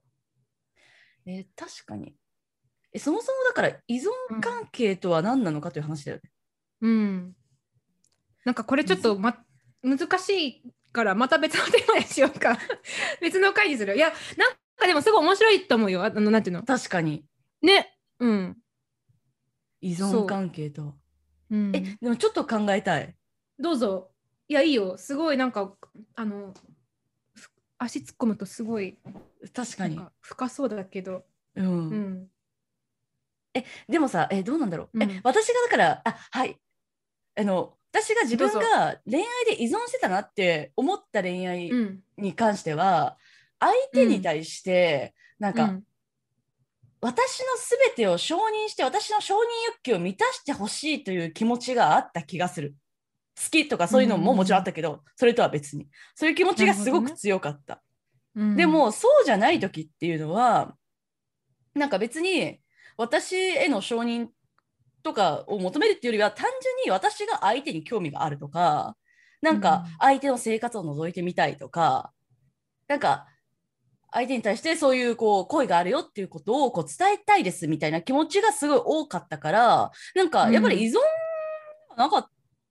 S2: う
S1: えー確かにえそもそもだから依存関係とは何なのかという話だよね。
S2: うん。なんかこれちょっと、ま、難しいからまた別のテーマにしようか 別の回にするいやなんかでもすごい面白いと思うよあのなんていうの
S1: 確かに
S2: ねうん、
S1: 依存関係とは。
S2: うん、
S1: えでもちょっと考えたい。
S2: どうぞいやいいよすごいなんかあのふ足突っ込むとすごい
S1: 確
S2: な
S1: か
S2: ん
S1: に。
S2: か深そうだけど、
S1: うん
S2: うん、
S1: でもさえどうなんだろう、
S2: う
S1: え
S2: ん
S1: 私がだからあはいあの私が自分
S2: どうぞ
S1: が恋愛で依存してたなって思った恋愛
S2: うん、
S1: に関しては、相手に対して、なんか、
S2: うん
S1: 私のすべてを承認して私の承認欲求を満たしてほしいという気持ちがあった気がする好きとかそういうのももちろんあったけど、それとは別にそういう気持ちがすごく強かった、
S2: うん
S1: でもそうじゃない時っていうのはなんか別に私への承認とかを求めるっていうよりは単純に私が相手に興味があるとかなんか
S2: うん
S1: 相手の生活を覗いてみたいとか、なんか相手に対してそういうこう恋があるよっていうことをこう伝えたいですみたいな気持ちがすごい多かったからなんかやっぱり依存ではなかっ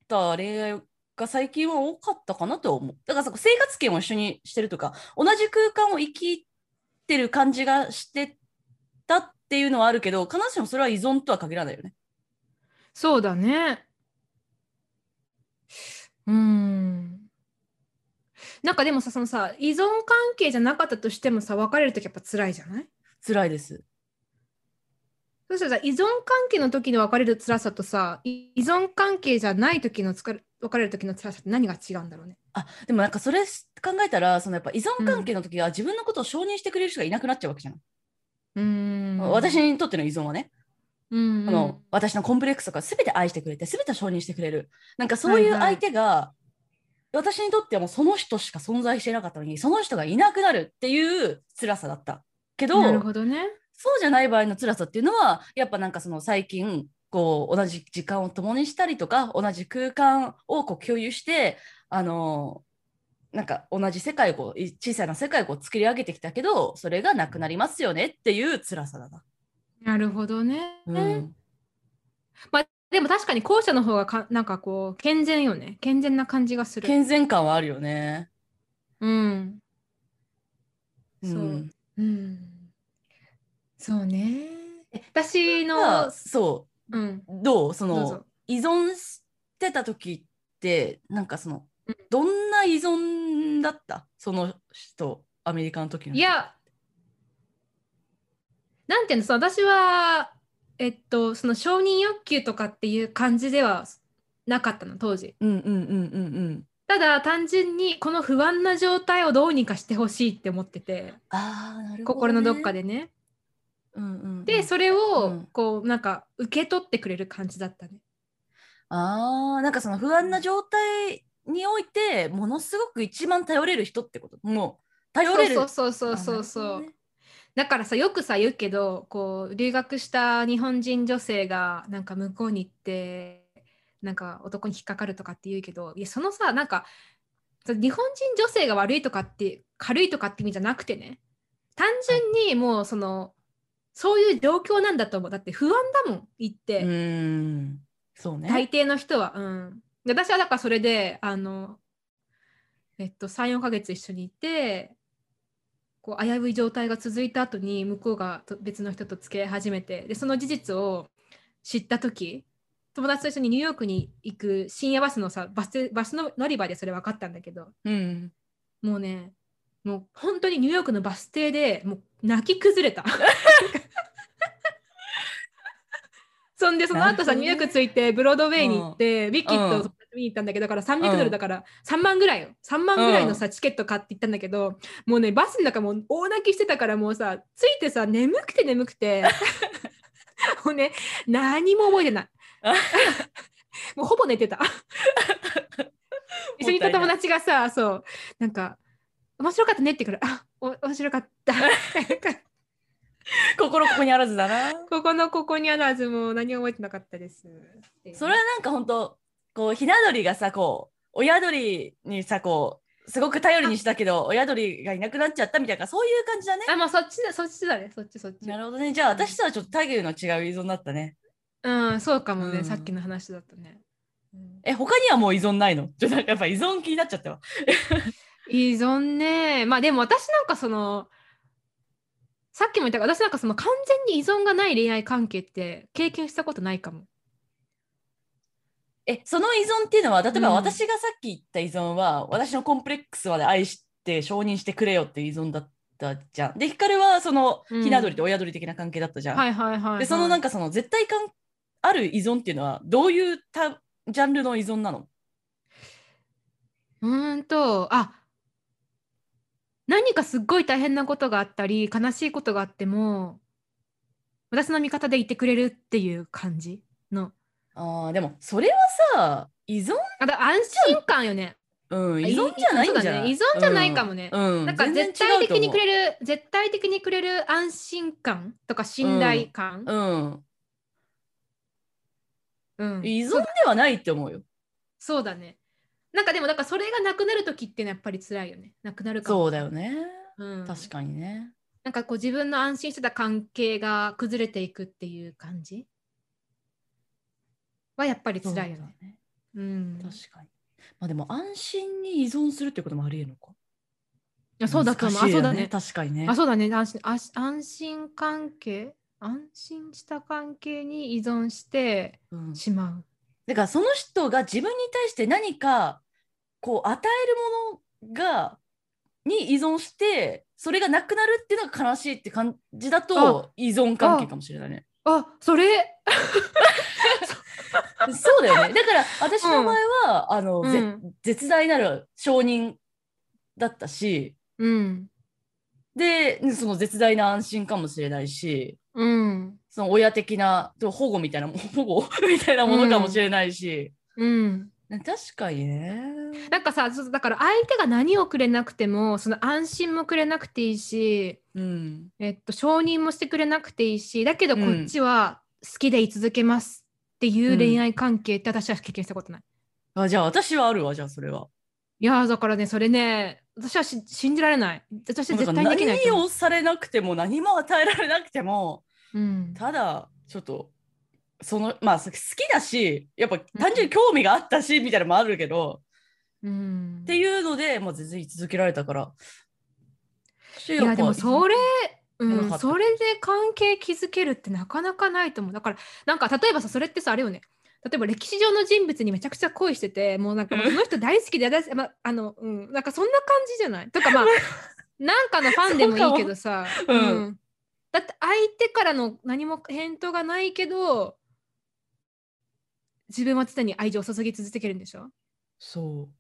S1: た恋愛が最近は多かったかなと思うだからさ生活圏を一緒にしてるとか同じ空間を生きてる感じがしてたっていうのはあるけど必ずしもそれは依存とは限らないよね。
S2: そうだね。うーん。なんかでもさ、そのさ、依存関係じゃなかったとしてもさ、別れるときやっぱ辛いじゃない
S1: 辛いです。
S2: そうしたらさ、依存関係の時の別れる辛さとさ、い依存関係じゃない時の疲れ別れる時の辛さって何が違うんだろうね。
S1: あでもなんかそれ考えたらそのやっぱ依存関係の時は自分のことを承認してくれる人がいなくなっちゃうわけじゃん、
S2: うーん。
S1: 私、にとっての依存はね、
S2: うん、
S1: あの私のコンプレックスとか全て愛してくれて全て承認してくれるなんかそういう
S2: はいはい
S1: 相手が私にとってはもうその人しか存在してなかったのにその人がいなくなるっていう辛さだったけど
S2: なるほどね。
S1: そうじゃない場合の辛さっていうのはやっぱなんかその最近こう同じ時間を共にしたりとか同じ空間をこう共有してあのなんか同じ世界をこうい小さな世界をこう作り上げてきたけどそれがなくなりますよねっていう辛さだな。
S2: なるほどね。
S1: うん
S2: でも確かに後者の方がかなんかこう健全よね。健全な感じがする。
S1: 健全感はあるよね。
S2: うん。そうんうん。そうね。私
S1: まあ
S2: の、
S1: そ
S2: うん。
S1: うどうそ
S2: どう
S1: の
S2: ぞ。
S1: 依存してた時ってなんかその
S2: うん
S1: どんな依存だったその人アメリカの時の人
S2: いや、なんていうの、その私は、えっと、その承認欲求とかっていう感じではなかったの、当時。
S1: うんうんうんうんうん
S2: ただ単純にこの不安な状態をどうにかしてほしいって思ってて、
S1: あーなるほどね、
S2: 心のどっかでね。
S1: うんうんうん、
S2: で、それ
S1: う
S2: を
S1: ん
S2: こうなんか受け取ってくれる感じだったね。
S1: あーなんかその不安な状態においてものすごく一番頼れる人ってこともう頼れる
S2: そうそうそうそうそうそう。だからさよくさ言うけどこう留学した日本人女性がなんか向こうに行ってなんか男に引っかかるとかって言うけどいやそのさなんかそ日本人女性が悪いとかって軽いとかって意味じゃなくてね単純にもうその、そういう状況なんだと思うだって不安だもん行って、
S1: うーんそうね、
S2: 大抵の人は、うん、で私はだからそれであのえっと34ヶ月一緒にいてこう危うい状態が続いた後に向こうがと別の人と付き合い始めてでその事実を知った時友達と一緒にニューヨークに行く深夜バスのさバスバスの乗り場でそれ分かったんだけど
S1: うん、
S2: もうねもう本当にニューヨークのバス停でもう泣き崩 れた。そんでその後
S1: なるほど
S2: さ、
S1: ね
S2: ニューヨーク着いてブロードウェイに行って、ウィキッド
S1: う
S2: を
S1: ん
S2: 友達と見に行ったんだけどだから300ドルだから3万ぐらいよ3万ぐらいのさチケット買って行ったんだけど、もうねバスの中もう大泣きしてたからもうさ着いてさ眠くて眠 くてもうね何も覚え てないもうほぼ寝てた一緒にいた友達がさそうなんか「面白かったね」って言うから「あお面白か った」
S1: 心ここにあらずだな
S2: ここのここにあらずもう何も覚えてなかったです
S1: それはなんか本当こうひな鳥がさこう親鳥にさこうすごく頼りにしたけど親鳥がいなくなっちゃったみたいなそういう感じだね
S2: あまあそっちだそっちだねそっちそっち
S1: なるほどねじゃあ私とはちょっとタイの違う依存だったね
S2: うんそうかもね、
S1: うん
S2: さっきの話だとね、うん
S1: え他にはもう依存ないのちょっとなんかやっぱ依存気になっちゃったわ
S2: 依存ねまあでも私なんかそのさっきも言ったけど私なんかその完全に依存がない恋愛関係って経験したことないかも
S1: えその依存っていうのは例えば
S2: うん
S1: 私がさっき言った依存は、私のコンプレックスまで愛して承認してくれよっていう依存だったじゃんでヒカルはその
S2: うん
S1: ひな鳥と親鳥的な関係だったじゃん、
S2: はいはいはい、はい、
S1: でそのなん
S2: か
S1: かその絶対感ある依存っていうのはどういうたジャンルの依存なの
S2: うーんとあ何かすっごい大変なことがあったり悲しいことがあっても私の味方でいてくれるっていう感じの
S1: あーでもそれはさ依存
S2: あだ安心感よね。
S1: うん
S2: あ
S1: 依存じゃないんじゃない
S2: いそうだね依存じゃないかもね
S1: うんうん
S2: なんか
S1: 全然違
S2: 絶対
S1: うと思う
S2: 的にくれる絶対的にくれる安心感とか信頼感、
S1: うん
S2: うん
S1: 依
S2: そ
S1: 存
S2: う
S1: ではないって思うよ
S2: そうだね。なんかでもだからそれがなくなる時っていうのはやっぱり辛いよね。なくなるかも。
S1: そうだよね
S2: うん、
S1: 確かにね
S2: なんかこう自分の安心してた関係が崩れていくっていう感じはやっぱり辛いよ
S1: そう
S2: ね。
S1: だね
S2: うん、
S1: 確かに。まあでも安心に依存するってこともありえるのか。
S2: あそうだと思う。
S1: 難
S2: あ
S1: しい
S2: そ
S1: よ
S2: うだね。
S1: 確かにね
S2: あ。そうだね安心あし安心関係安心した関係に依存して
S1: うん
S2: しまう。
S1: だからその人が自分に対して何かこう与えるものがに依存してそれがなくなるっていうのが悲しいって感じだと依存関係かもしれないね。
S2: あそれ
S1: そうだよね。だから私の場合は、あの、ぜ
S2: うん
S1: 絶大なる承認だったし
S2: うん
S1: でその絶大な安心かもしれないし。
S2: うん
S1: その親的なと 保護みたいなも保護みたいなものかもしれないし、
S2: うん
S1: ね確かにね
S2: なんかさそうだから相手が何をくれなくてもその安心もくれなくていいし、
S1: うん、
S2: えっと、承認もしてくれなくていいしだけどこっちは好きでい続けますっていう恋愛関係って私は経験したことない。
S1: あじゃあ私はあるわじゃあそれはい
S2: やーだからねそれね私はし信じられない私は
S1: だか
S2: 絶
S1: ら
S2: 対できないと
S1: 何
S2: 思う
S1: をされなくても何も与えられなくても
S2: うん
S1: ただちょっとそのまあ好きだしやっぱ単純に興味があったし、みたいなのもあるけど
S2: うん
S1: っていうので、まあ、全然居続けられたから。い
S2: いやでもそれ、う
S1: やばかった
S2: ん、それで関係築けるってなかなかないと思うだからなんか例えばさそれってさあれよね例えば歴史上の人物にめちゃくちゃ恋しててもうなんかもうその人大好きで大好き、ま、あのうんなんかそんな感じじゃないとかま あなんかのファンでもいいけどさ
S1: うかもうん
S2: んだって相手からの何も返答がないけど自分は常に愛情を注ぎ続けるんでしょ、
S1: そう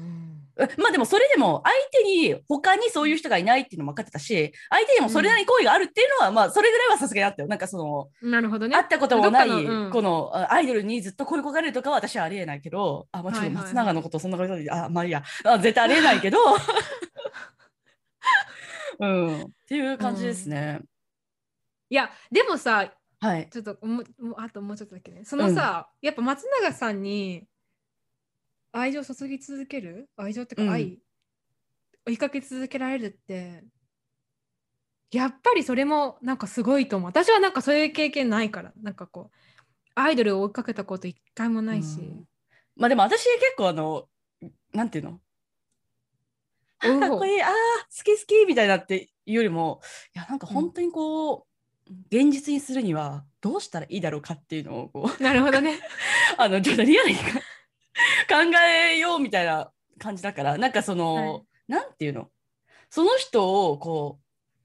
S2: うん、
S1: えまあでもそれでも相手に他にそういう人がいないっていうのも分かってたし相手にもそれなりに好意があるっていうのは、まあそれぐらいはさすがにあったよなんかその、
S2: なるほどね
S1: 会ったこともない
S2: どっかのうん
S1: このあアイドルにずっと恋焦がれるとかは私はありえないけどあまあちょっと
S2: はいはいはい
S1: 松永のことそんなことで、あまあいいやあ絶対ありえないけど うんっていう感じですね、
S2: いやでもさ
S1: はい
S2: ちょっともうもうあともうちょっとだけねそのさ、やっぱ松永さんに愛情を注ぎ続ける愛情っていう
S1: うん
S2: か愛、追いかけ続けられるってやっぱりそれもなんかすごいと思う私はなんかそういう経験ないからなんかこうアイドルを追いかけたこと一回もないし
S1: う、んまあでも私結構あのなんていうの
S2: 追う
S1: か
S2: 方
S1: っ こいいあー好き好きみたいなっていうよりもいやなんか本当にこう、現実にするにはどうしたらいいだろうかっていうのをこう
S2: なるほどね
S1: あのちょっとリアルにか考えようみたいな感じだからなんかその、
S2: はい
S1: なんていうのその人をこ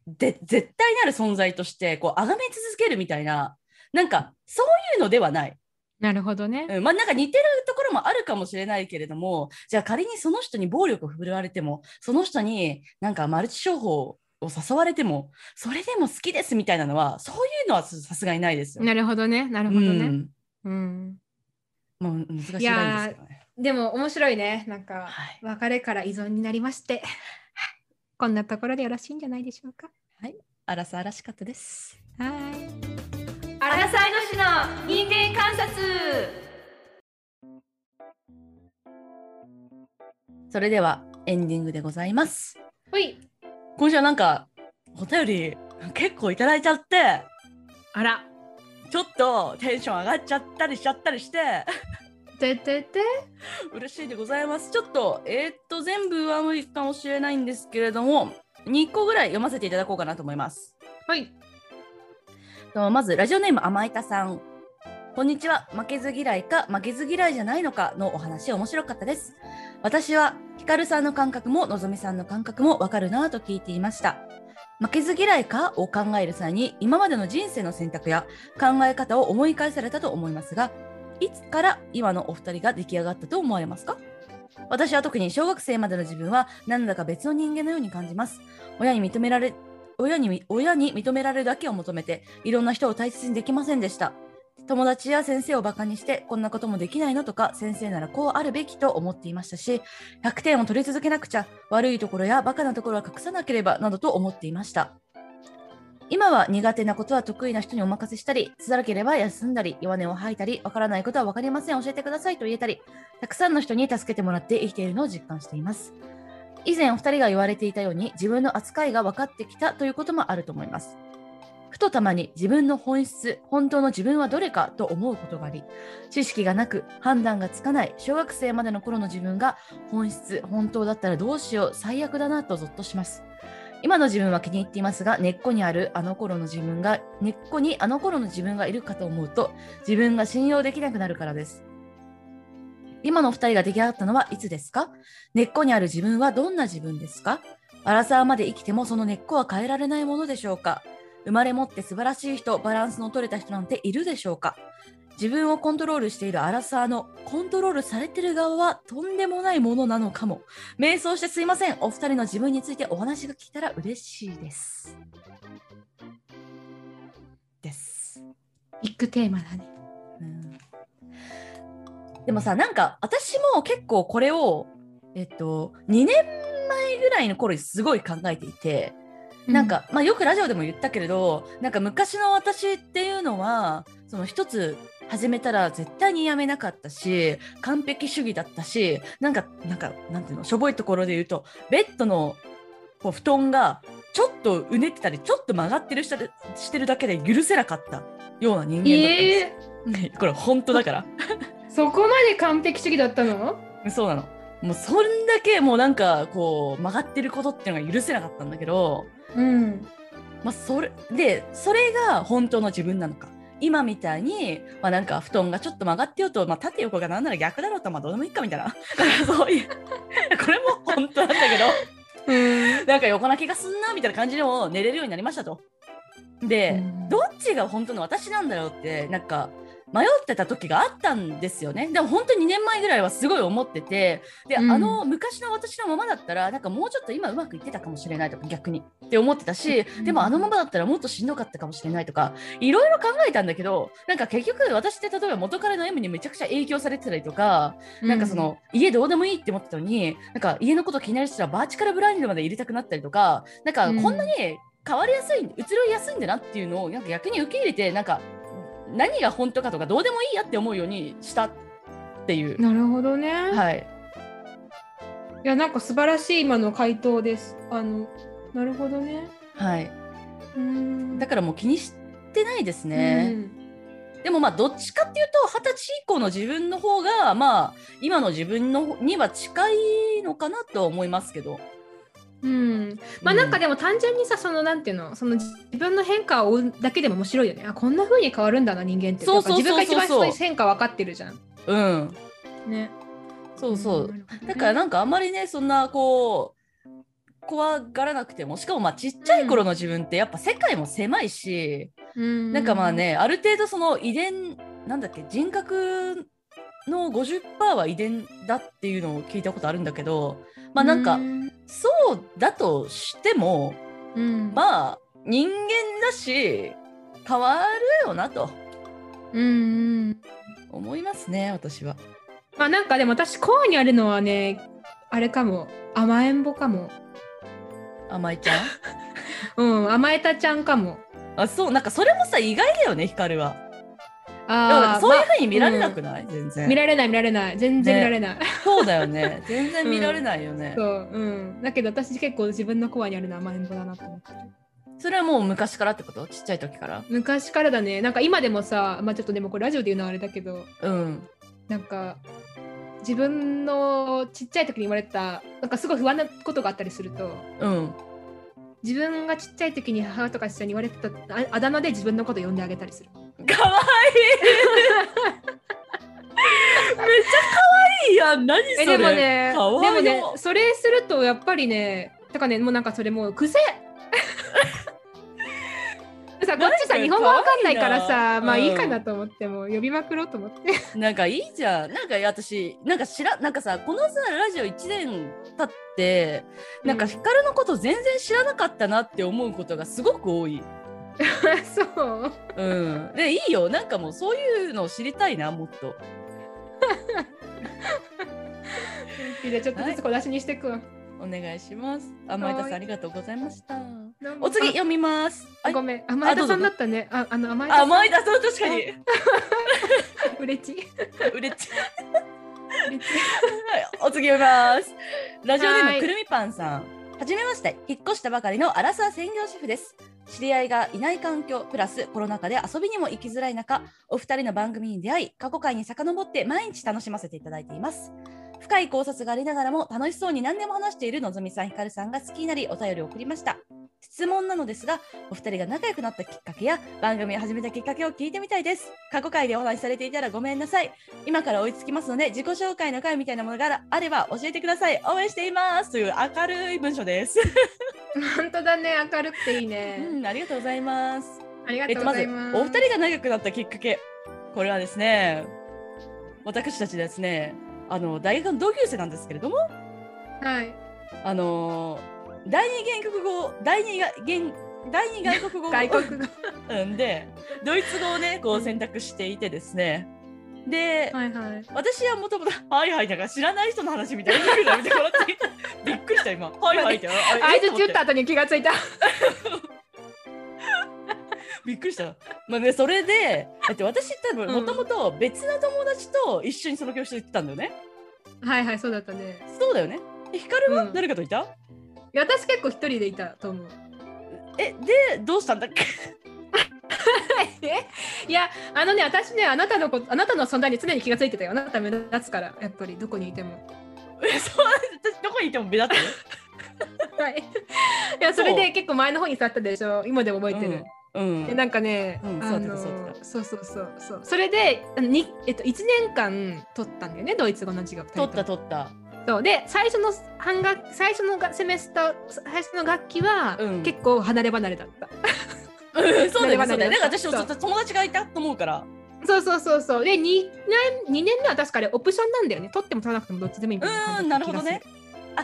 S1: うで絶対なる存在としてこう崇め続けるみたいななんかそういうのではない
S2: なるほどね、
S1: うん、まあなんか似てるところもあるかもしれないけれどもじゃあ仮にその人に暴力を振るわれてもその人になんかマルチ商法を誘われてもそれでも好きですみたいなのはそういうのはささすがにないですよ。
S2: なるほどねなるほど
S1: う
S2: ね、
S1: ん
S2: うん
S1: まあ、難しいラインですけどね。
S2: でも面白いねなんか、
S1: はい
S2: 別れから依存になりまして こんなところでよろしいんじゃないでしょうか
S1: 荒さ荒しかったです。
S2: はい
S3: アラサー女子の人間観察
S1: それではエンディングでございます。
S2: ほい
S1: 今週はなんかお便り結構いただいちゃって
S2: あら
S1: ちょっとテンション上がっちゃったりしちゃったりして。
S2: ててて
S1: 嬉しいでございます。ちょっと、えーっと、全部は無理かもしれないんですけれども、2個ぐらい読ませていただこうかなと思います。
S2: はい
S1: とまず、ラジオネーム、甘いたさん。こんにちは。負けず嫌いか、負けず嫌いじゃないのかのお話、面白かったです。私は、ヒカルさんの感覚も、のぞみさんの感覚もわかるなぁと聞いていました。負けず嫌いかを考える際に、今までの人生の選択や考え方を思い返されたと思いますが、いつから今のお二人が出来上がったと思われますか私は特に小学生までの自分はなんだか別の人間のように感じます。親に認められ親にみ親に認められるだけを求めていろんな人を大切にできませんでした。友達や先生をバカにしてこんなこともできないのとか先生ならこうあるべきと思っていましたし100点を取り続けなくちゃ悪いところやバカなところは隠さなければなどと思っていました。今は苦手なことは得意な人にお任せしたり、つらければ休んだり、弱音を吐いたり、わからないことはわかりません、教えてくださいと言えたり、たくさんの人に助けてもらって生きているのを実感しています。以前お二人が言われていたように、自分の扱いが分かってきたということもあると思います。ふとたまに自分の本質、本当の自分はどれかと思うことがあり、知識がなく判断がつかない小学生までの頃の自分が本質、本当だったらどうしよう、最悪だなとゾッとします。今の自分は気に入っていますが根っこにあるあの頃の自分が根っこにあの頃の自分がいるかと思うと自分が信用できなくなるからです今のお二人が出来上がったのはいつですか根っこにある自分はどんな自分ですか荒沢まで生きてもその根っこは変えられないものでしょうか生まれ持って素晴らしい人バランスの取れた人なんているでしょうか自分をコントロールしている荒沢のコントロールされてる側はとんでもないものなのかも瞑想してすいませんお二人の自分についてお話が聞けたら嬉しいですです、
S2: ビッグテーマだね
S1: うんでもさなんか私も結構これをえっと2年前ぐらいの頃にすごい考えていて、なんか、まあ、よくラジオでも言ったけれどなんか昔の私っていうのはその一つ始めたら絶対にやめなかったし完璧主義だったしなんかなんかなんていうのしょぼいところで言うとベッドのこう布団がちょっとうねってたりちょっと曲がってるしたりしてるだけで許せなかったような人間だったんです。
S2: え
S1: これ本当だから
S2: ー、そこまで完璧主義だったの
S1: そうなの。もうそんだけもうなんかこう曲がってることっていうのが許せなかったんだけど、
S2: うん
S1: まあ、それでそれが本当の自分なのか今みたいに、まあ、なんか布団がちょっと曲がってようと、まあ、縦横がなんなら逆だろうとまあどうでもいいかみたいななんかそういう これも本当なんだけど
S2: うん
S1: なんか横な気がすんなみたいな感じでも寝れるようになりましたと。で、
S2: うん
S1: どっちが本当の私なんだろうってなんか迷ってた時があったんですよねでも本当に2年前ぐらいはすごい思っててで、
S2: うん
S1: あの昔の私のままだったらなんかもうちょっと今うまくいってたかもしれないとか逆にって思ってたし
S2: うん
S1: でもあのままだったらもっとしんどかったかもしれないとかいろいろ考えたんだけどなんか結局私って例えば元彼の M にめちゃくちゃ影響されてたりとか、なんかその家どうでもいいって思ってたのになんか家のこと気になる人はバーチカルブラインドまで入れたくなったりとかなんかこんなに変わりやすい、移ろいやすいんだなっていうのをなんか逆に受け入れてなんか何が本当かとかどうでもいいやって思うようにしたっていう。
S2: なるほどね、
S1: はい、
S2: いやなんか素晴らしい今の回答です。あのなるほどね。
S1: はい、
S2: うん
S1: だ
S2: か
S1: からもう気にしてないですね。でもまあどっちかっていうと二十歳以降の自分の方がまあ今の自分のには近いのかなとは思いますけど。
S2: うん。うんまあなんかでも単純にさそのなんていうのその自分の変化を追うだけでも面白いよね。あこんな風に変わるんだな人間って。
S1: そうそうそうそう
S2: なんか自分が一番人に変化分かってるじゃん。
S1: うん、
S2: ね。
S1: そうそう。
S2: ん。
S1: だから
S2: な
S1: なんかあんまりねそんなこう怖がらなくてもしかもまあちっちゃい頃の自分ってやっぱ世界も狭いし、なんかまあ。ねある程度その遺伝なんだっけ人格の50%は遺伝だっていうのを聞いたことあるんだけどまあなんか
S2: うん。
S1: そうだとしても
S2: うん
S1: まあ人間だし変わるよなと
S2: うんうん。
S1: 思いますね私は。
S2: まあなんかでも私コアにあるのはねあれかも甘えんぼかも。
S1: 甘えちゃん
S2: うん甘えたちゃんかも。
S1: あそうなんかそれもさ意外だよねヒカルは。でもなん
S2: あ
S1: か
S2: あ
S1: そういうふうに見られなくない、全然。
S2: 見られない見られない全然
S1: ね
S2: 見られない。
S1: そうだよね 全然見られないよね。
S2: そう、うん。だけど私結構自分のコアにあるのは甘えん坊だなと思ってる。
S1: それはもう昔からってことちっちゃい時から。
S2: 昔からだね。なんか今でもさ、まあちょっとでもこれラジオで言うのはあれだけど、
S1: うん
S2: なんか自分のちっちゃい時に言われた、なんかすごい不安なことがあったりすると、
S1: うん
S2: 自分がちっちゃい時に母とか父に言われてたああだ名で自分のこと呼んであげたりする。
S1: かわいいめっちゃかわいいやん何それ
S2: えでもね、で
S1: かわい
S2: も
S1: い
S2: ね、それするとやっぱりね、だからね、もうなんかそれも う癖さこっちさ日本語わかんないから
S1: な
S2: さ
S1: んか可
S2: まあ
S1: 愛い
S2: い
S1: ない
S2: かなと思って、もう呼びまくろうと思って
S1: なんかいいじゃん。なんか私、なんか知ら、なんかさ、このさ、ラジオ1年経って、なんか
S2: うん
S1: ヒカルのこと全然知らなかったなって思うことがすごく多い。
S2: そう。
S1: うん。で、いいよ。なんかもうそういうのを知りたいな、もっと。
S2: じゃあちょっとずつ小出しにしていくわ。
S1: お願いします。甘えたさ
S2: は
S1: ん、
S2: い
S1: ありがとうございました。お
S2: お
S1: 次、
S2: 次
S1: 読みます。は
S2: あ
S1: い
S2: ごめん、甘え
S1: あどうぞ
S2: たさんだったね。あ、あの甘えたさん。
S1: 甘えたさん、確かに。
S2: うれちい。
S1: うれちい。
S2: うれちい
S1: はいお次読みます。ラジオネー
S2: は
S1: ム
S2: い
S1: くるみパンさん。はじめまして、引っ越したばかりのアラサー専業主婦です。知り合いがいない環境プラスコロナ禍で遊びにも行きづらい中、お二人の番組に出会い、過去回に遡って毎日楽しませていただいています。深い考察がありながらも楽しそうに何でも話しているのぞみさん、ひかるさんが好きになりお便りを送りました。質問なのですが、お二人が仲良くなったきっかけや番組を始めたきっかけを聞いてみたいです。過去回でお話しされていたらごめんなさい。今から追いつきますので自己紹介の回みたいなものがあれば教えてください応援していますという明るい文章です、
S2: 本当だね、明るくていいね。
S1: うん、ありがとうございます
S2: ありが
S1: えっと
S2: とう
S1: ま
S2: ご
S1: ず
S2: ざ
S1: お
S2: います。
S1: 二人が仲良くなったきっかけこれはですね私たちですねあの大学の同級生なんですけれども
S2: はい。
S1: あの第二言国語第二が言第二外国語
S2: 外国語。
S1: うんでドイツ語をねこう選択していてですねで、
S2: はいはい。
S1: 私はもともと「はいはい」だから知らない人の話みたいになるなみたい な笑ってびっくりした今「はいはい」ってあ
S2: 相
S1: え
S2: 槌打った後に気がついた。
S1: びっくりした。まあね、それで、だって私多分
S2: うん
S1: もともと別の友達と一緒にその教室行ってたんだよね。
S2: はいはい、そうだったね。
S1: そうだよね。えヒカルは
S2: うん
S1: 誰かといた、
S2: いや私結構一人でいたと思う。
S1: え、で、どうしたんだっけ
S2: いや、あのね、私ね、あなたのこと、あなたの存在に常に気がついてたよ。あなた目立つから、やっぱりどこにいても。
S1: えそう私どこにいても目立ってる。
S2: はい。いや、それで結構前の方に座ったでしょ。今でも覚えてる。
S1: うん。
S2: でなんかね、
S1: うん
S2: あの
S1: そうだった
S2: そうそうそうそうそれであのに、えっと、1年間取ったんだよねドイツ語の授業
S1: 取った
S2: と
S1: 取った。
S2: そうで最初の半学最初のがセメスター最初の学期は、
S1: うん
S2: 結構離れ離れだった
S1: うんそうだよね。
S2: な
S1: そ
S2: ればなれば
S1: うだよね。なんか私も
S2: そう
S1: ずっと友達がいたと思うから。
S2: そうそうそうそうで 2, 年二年目は確かあれオプションなんだよね取っても取らなくてもどっちでもいいみたい感
S1: う
S2: じ
S1: ん、
S2: だ
S1: な
S2: った
S1: るほどね
S2: 気
S1: あ、
S2: が。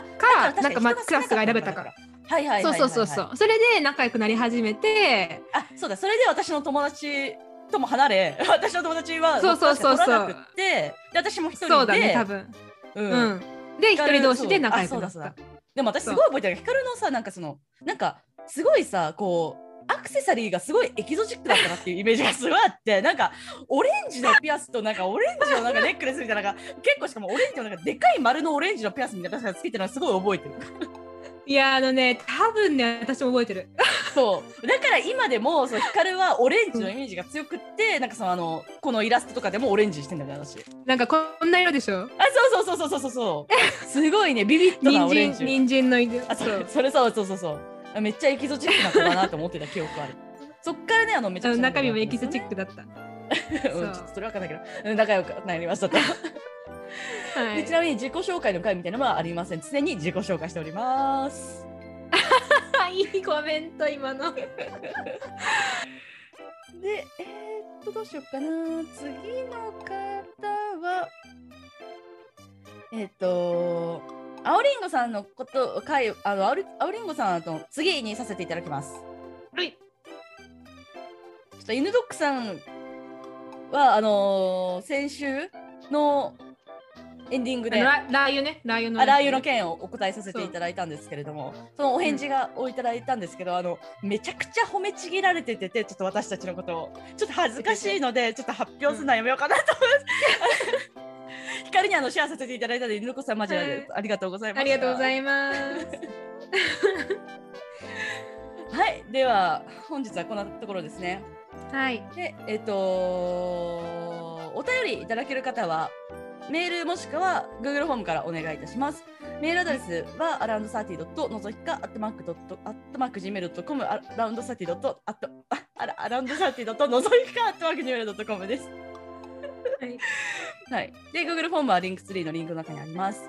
S1: だ
S2: かなんかまあ
S1: 確に人少な
S2: クラスが選べたから。
S1: はいはいはいはい、
S2: す
S1: は
S2: る
S1: い。
S2: そうそうそうそうそれで仲良くなり始めて
S1: あそうだそれで私の友達とも離れ 私の友達は
S2: そうそうそうそう
S1: 取らなくってで私も一人で
S2: そうだね多分
S1: う
S2: うんん、で
S1: ヒ
S2: 一
S1: カル
S2: 人同士で
S1: そう
S2: 仲
S1: あ
S2: 良く
S1: そう
S2: な
S1: だ
S2: っ
S1: そうだ
S2: た
S1: でも私すごい覚えてるヒカルのさなんかそのなんかすごいさこうアクセサリーがすごいエキゾチックだったなっていうイメージがすごいあって なんかオレンジのピアスとなんかオレンジのなんかネックレスみたいななんか結構しかもオレンジのなんかでかい丸のオレンジのピアスみたいなのがつけてるのはすごい覚えてる
S2: いやあのね多分ね私も覚えてる
S1: そうだから今でもそうヒカルはオレンジのイメージが強くって、なんかそのあのこのイラストとかでもオレンジにしてんだよね私
S2: なんかこんな色でしょ
S1: あ、そうそうそうそうそうそう。 すごいね、ビビッとな
S2: 人
S1: オレン
S2: 参、
S1: ジ。
S2: 人参の色。
S1: あ、そ
S2: そう
S1: う、。それそうそうそうそう。あめっちゃエキゾチックな子だなと思ってた記憶ある。そっからね、あのめち
S2: あ
S1: ゃ
S2: の
S1: くちゃ
S2: 中身もエキスチックだった。
S1: ク。うん、ちょっとそれわかんないけど、うん仲良くなりましたと。
S2: は
S1: で
S2: い
S1: ち。なみに自己紹介の会みたいなのはありません。常に自己紹介しております。
S2: いいコメント今の。
S1: で、えー、っと、どうしようかな。次の方は、えーっと、青りんごさんのこと、会、あの、青り青りんごさんと次にさせていただきます。
S2: はい。
S1: ちょっと犬ドックさんはあのー先週のエンディング
S2: あ
S1: で
S2: の
S1: あ
S2: ララー油ね。ラー油の。
S1: ラー油の件をお答えさせていただいたんですけれどもそのお返事がをいただいたんですけど、あのめちゃくちゃ褒めちぎられててちょっと私たちのことをちょっと恥ずかしいの でちょっと発表するのはやめようかなと思います。 光にあのシェアさせていただいたので犬ドックさんマジであり,、
S2: はい
S1: ありがとうございま
S2: あ
S1: す。
S2: りがとうございます。
S1: はいでは本日はこんなところですね。
S2: はい。
S1: で、えっ、とお便りいただける方は、メールもしくは Google フォームからお願いいたします。メールアドレスは、アラウンドサーティドットのぞきか、アットマークドット、アットマーク Gmail.com、アラウンドサーティドット、アット、ああらアラウンドサーティドットのぞきか、アットマーク Gmail.com です。
S2: はい。
S1: はい。で、Google フォームはリンクツリーのリンクの中にあります。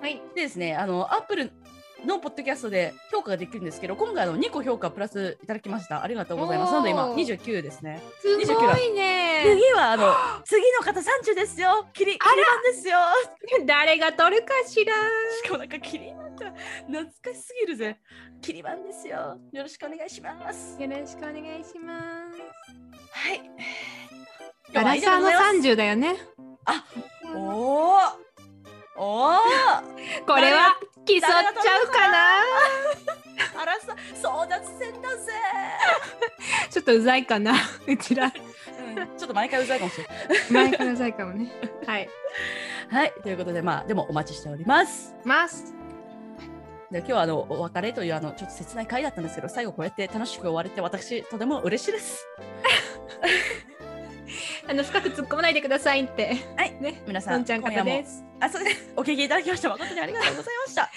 S2: はい。
S1: でですね、あの、Apple のポッドキャストで評価ができるんですけど、今回の2個評価プラスいただきました。ありがとうございます。なので今
S2: おー
S1: 29ですね。
S2: すごいね。
S1: 次はあの次の方三十ですよ。キリキリマンですよ。
S2: 誰が取るかしら。
S1: しかもなんかキリマンって懐かしすぎるぜ。キリマンですよ。よろしくお願いします。
S2: よろしくお願いします。
S1: はい。
S2: アラサーの三十だよね。
S1: あおおおお。
S2: これは競っちゃうかな。
S1: アラサー争奪戦だぜ。
S2: ちょっとうざいかな。うちら。
S1: うんちょっと毎回うざいかもしれない。
S2: 前からうざいかもね。はい。
S1: はいということでまあでもお待ちしております。
S2: ます。
S1: で今日はあのお別れというあのちょっと切ない回だったんですけど最後こうやって楽しく終われて私とても嬉しいです。
S2: あの深く突っ込まないでくださいって。
S1: はい
S2: ね。
S1: 皆さ
S2: の
S1: ん
S2: んちゃん
S1: 今
S2: 方
S1: 夜も
S2: です。
S1: あそうですお聞きいただきまして誠にありがとうございました。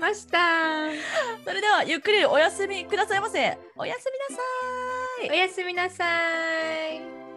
S2: ました。
S1: それではゆっくりお休みくださいませ。おやすみなさい。
S2: おやすみなさい。